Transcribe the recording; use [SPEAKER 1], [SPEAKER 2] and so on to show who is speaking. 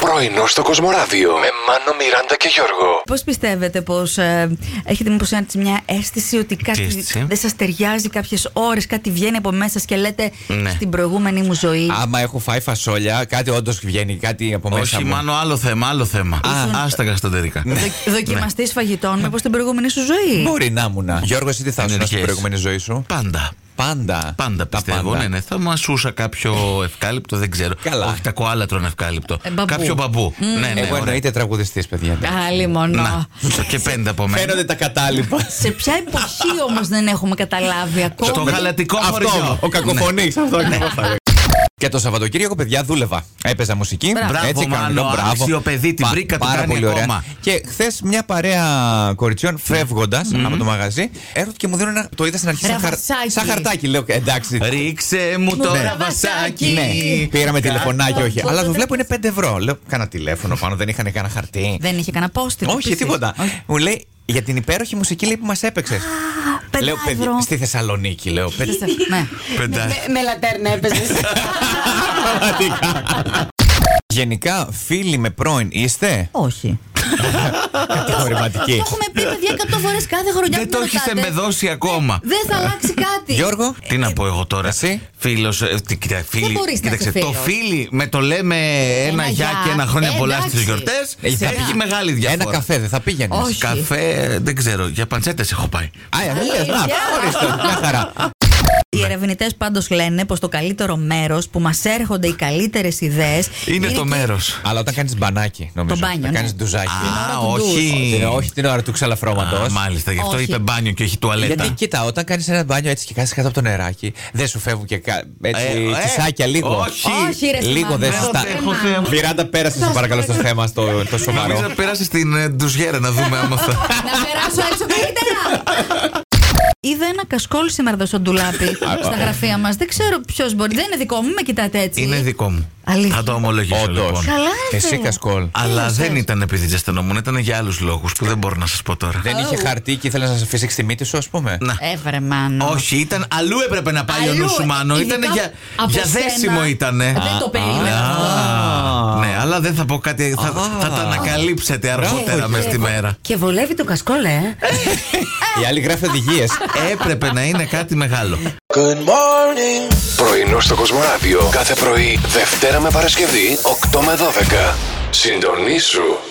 [SPEAKER 1] Πρωινό στο Κοσμοράδιο με Μάνο, Μιράντα και Γιώργο.
[SPEAKER 2] Πώς πιστεύετε πως ε, έχετε μήπως μια αίσθηση ότι κάτι
[SPEAKER 3] αίσθηση?
[SPEAKER 2] δεν σας ταιριάζει κάποιες ώρες, κάτι βγαίνει από μέσα σας και λέτε
[SPEAKER 3] Ναι.
[SPEAKER 2] στην προηγούμενη μου ζωή.
[SPEAKER 4] Άμα έχω φάει φασόλια, κάτι όντως βγαίνει, κάτι από μέσα
[SPEAKER 3] Όχι,
[SPEAKER 4] μου.
[SPEAKER 3] μάνο, άλλο θέμα, άλλο θέμα. Ναι, Α, άστα γαστοντερικά.
[SPEAKER 2] Δο, Δοκιμαστή φαγητών, μήπως στην προηγούμενη σου ζωή.
[SPEAKER 4] Μπορεί να ήμουν. Γιώργος, εσύ τι θα
[SPEAKER 3] Είναι
[SPEAKER 4] ήσουν στην
[SPEAKER 3] αρχές.
[SPEAKER 4] προηγούμενη ζωή σου.
[SPEAKER 3] Πάντα.
[SPEAKER 4] Πάντα.
[SPEAKER 3] Πάντα
[SPEAKER 4] Τα
[SPEAKER 3] πιστεύω.
[SPEAKER 4] πάντα.
[SPEAKER 3] Ναι, ναι. Θα μασούσα κάποιο ευκάλυπτο, δεν ξέρω.
[SPEAKER 4] Καλά.
[SPEAKER 3] Όχι, τα κοάλα τρώνε ευκάλυπτο.
[SPEAKER 2] Ε, μπαμπού.
[SPEAKER 3] Κάποιο μπαμπού. Ναι, ναι,
[SPEAKER 4] Εγώ
[SPEAKER 3] ωραία. Ναι.
[SPEAKER 4] εννοείται τραγουδιστής, παιδιά.
[SPEAKER 2] Άλλη μόνο.
[SPEAKER 3] Να, και πέντε από μένα.
[SPEAKER 4] Φαίνονται τα κατάλοιπα.
[SPEAKER 2] Σε ποια εποχή όμως δεν έχουμε καταλάβει ακόμα.
[SPEAKER 3] Στο γαλατικό χωριό. Ναι.
[SPEAKER 4] Αυτό. Ο κακοφωνής. Αυτό ακριβώς θα έλεγα. Και το Σαββατοκύριακο, παιδιά, δούλευα. Έπαιζα μουσική.
[SPEAKER 3] Μπράβο,
[SPEAKER 4] έτσι,
[SPEAKER 3] Μάνο,
[SPEAKER 4] κανονικό, μπράβο.
[SPEAKER 3] άξιο παιδί, την βρήκα, το
[SPEAKER 4] Πάρα
[SPEAKER 3] κάνει
[SPEAKER 4] πολύ
[SPEAKER 3] ακόμα.
[SPEAKER 4] ωραία. Και χθες μια παρέα κοριτσιών φεύγοντα
[SPEAKER 3] Ναι.
[SPEAKER 4] από
[SPEAKER 3] Mm-hmm.
[SPEAKER 4] το μαγαζί έρχονται και μου δίνουν ένα. Το είδα στην αρχή σαν, χαρ-
[SPEAKER 2] Ραβασάκι.
[SPEAKER 4] σαν χαρτάκι. Λέω εντάξει.
[SPEAKER 3] Ρίξε μου
[SPEAKER 2] Ναι.
[SPEAKER 3] τώρα βασάκι.
[SPEAKER 4] Ναι, πήραμε τηλεφωνάκι, όχι.
[SPEAKER 2] Κάτω.
[SPEAKER 4] Αλλά το βλέπω είναι 5 ευρώ. Λέω, κάνα τηλέφωνο πάνω, δεν είχαν κανένα χαρτί.
[SPEAKER 2] Δεν είχε κανένα πόστι.
[SPEAKER 4] Όχι, τίποτα. Μου λέει, για την υπέροχη μουσική λέει που μας έπαιξες. Λέω, «Παιδιά, στη Θεσσαλονίκη, λέω. «Παιδιά,
[SPEAKER 2] Ναι.
[SPEAKER 3] Πεντά.
[SPEAKER 5] Με- Με λατέρνα έπαιζες.
[SPEAKER 4] Πραγματικά. Γενικά, φίλοι με πρώην είστε.
[SPEAKER 2] Όχι. Το
[SPEAKER 4] Κατηγορηματικοί.
[SPEAKER 2] έχουμε πει παιδιά 100 φορές κάθε χρονιά.
[SPEAKER 3] Δεν
[SPEAKER 2] που
[SPEAKER 3] το
[SPEAKER 2] με
[SPEAKER 3] έχει
[SPEAKER 2] ρωτάτε.
[SPEAKER 3] εμπεδώσει ακόμα.
[SPEAKER 2] Δεν θα αλλάξει κάτι.
[SPEAKER 4] Γιώργο.
[SPEAKER 3] Τι να πω εγώ τώρα.
[SPEAKER 4] Εσύ?
[SPEAKER 3] Φίλος. Φίλοι,
[SPEAKER 2] μπορείς να
[SPEAKER 3] κοίταξε,
[SPEAKER 2] είσαι
[SPEAKER 3] το
[SPEAKER 2] φίλος.
[SPEAKER 3] φίλοι με το λέμε ένα
[SPEAKER 2] γεια.
[SPEAKER 3] γεια και ένα χρόνια πολλά
[SPEAKER 2] Εντάξει.
[SPEAKER 3] στις γιορτές.
[SPEAKER 4] Ε, θα
[SPEAKER 3] Έχει
[SPEAKER 4] πήγε-
[SPEAKER 3] μεγάλη διαφορά.
[SPEAKER 4] Ένα καφέ δεν θα πήγαινες.
[SPEAKER 2] Όχι.
[SPEAKER 3] Καφέ, δεν ξέρω. Για παντσέτες έχω πάει.
[SPEAKER 4] Α, ε, λες, να, ορίστε, μια χαρά.
[SPEAKER 3] Ναι.
[SPEAKER 2] Οι ερευνητές πάντως λένε πως το καλύτερο μέρος που μας έρχονται οι καλύτερες ιδέες.
[SPEAKER 3] Είναι, το μέρος.
[SPEAKER 4] Αλλά όταν κάνεις μπανάκι, νομίζω.
[SPEAKER 2] Το μπάνιο,
[SPEAKER 4] Να
[SPEAKER 2] ναι.
[SPEAKER 4] κάνεις ντουζάκι.
[SPEAKER 3] Α,
[SPEAKER 2] του
[SPEAKER 3] όχι.
[SPEAKER 4] Ε, Όχι την ώρα του
[SPEAKER 3] Α,
[SPEAKER 4] ξαλαφρώματος.
[SPEAKER 3] Μάλιστα, γι' αυτό
[SPEAKER 2] Όχι.
[SPEAKER 3] είπε μπάνιο και όχι τουαλέτα.
[SPEAKER 4] Γιατί κοίτα, όταν κάνεις ένα μπάνιο έτσι και κάτσει κάτω από το νεράκι, δεν σου φεύγουν και κα... έτσι
[SPEAKER 3] Ε, ε,
[SPEAKER 4] τσισάκια λίγο.
[SPEAKER 3] όχι.
[SPEAKER 2] Όχι, ρε,
[SPEAKER 4] Λίγο
[SPEAKER 2] Σταμάτη.
[SPEAKER 4] δεν
[SPEAKER 3] Δεν
[SPEAKER 4] σου στα.
[SPEAKER 3] αντέχω, Θεέ μου.
[SPEAKER 4] Μιράντα, πέρασες σε παρακαλώ στο θέμα στο, το
[SPEAKER 3] Νομίζω
[SPEAKER 4] σοβαρό.
[SPEAKER 3] να πέρασε στην ε, ντουζιέρα να δούμε άμα θα.
[SPEAKER 2] Να περάσω έξω καλύτερα. Είδα ένα κασκόλ σήμερα εδώ στον ντουλάπι στα γραφεία μας. Δεν ξέρω ποιος μπορεί. Δεν είναι δικό μου, με κοιτάτε έτσι.
[SPEAKER 3] Είναι δικό μου.
[SPEAKER 2] Αλήθεια.
[SPEAKER 3] Θα το ομολογήσω
[SPEAKER 4] Όντως.
[SPEAKER 3] λοιπόν.
[SPEAKER 2] Καλά, ρε,
[SPEAKER 4] Εσύ
[SPEAKER 2] φίλε.
[SPEAKER 4] κασκόλ.
[SPEAKER 3] Αλλά δεν ήταν επειδή ζεσθενόμουν, ήταν για άλλους λόγους που δεν μπορώ να σας πω τώρα.
[SPEAKER 4] Δεν είχε χαρτί και ήθελε να σε φύσηξει τη μύτη σου, ας πούμε.
[SPEAKER 3] Να.
[SPEAKER 2] Έβρε μάνο.
[SPEAKER 3] Όχι, ήταν αλλού έπρεπε να πάει ο
[SPEAKER 2] Αλλού,
[SPEAKER 3] νους σου, Μάνο.
[SPEAKER 2] ειδικά
[SPEAKER 3] Ήταν για,
[SPEAKER 2] από
[SPEAKER 3] για
[SPEAKER 2] σένα.
[SPEAKER 3] δέσιμο ήταν.
[SPEAKER 2] Δεν το περίμενα.
[SPEAKER 3] Ναι, αλλά δεν θα πω κάτι. Θα, θα τα ανακαλύψετε αργότερα μες στη μέρα.
[SPEAKER 5] Και βολεύει το κασκόλ, ε.
[SPEAKER 3] Ε.
[SPEAKER 4] Οι άλλοι γράφει οδηγίες.
[SPEAKER 3] Έπρεπε να είναι κάτι μεγάλο.
[SPEAKER 1] Πρωινό στο Κοσμοράδιο κάθε πρωί, Δευτέρα με Παρασκευή, 8 με 12. Συντονίσου.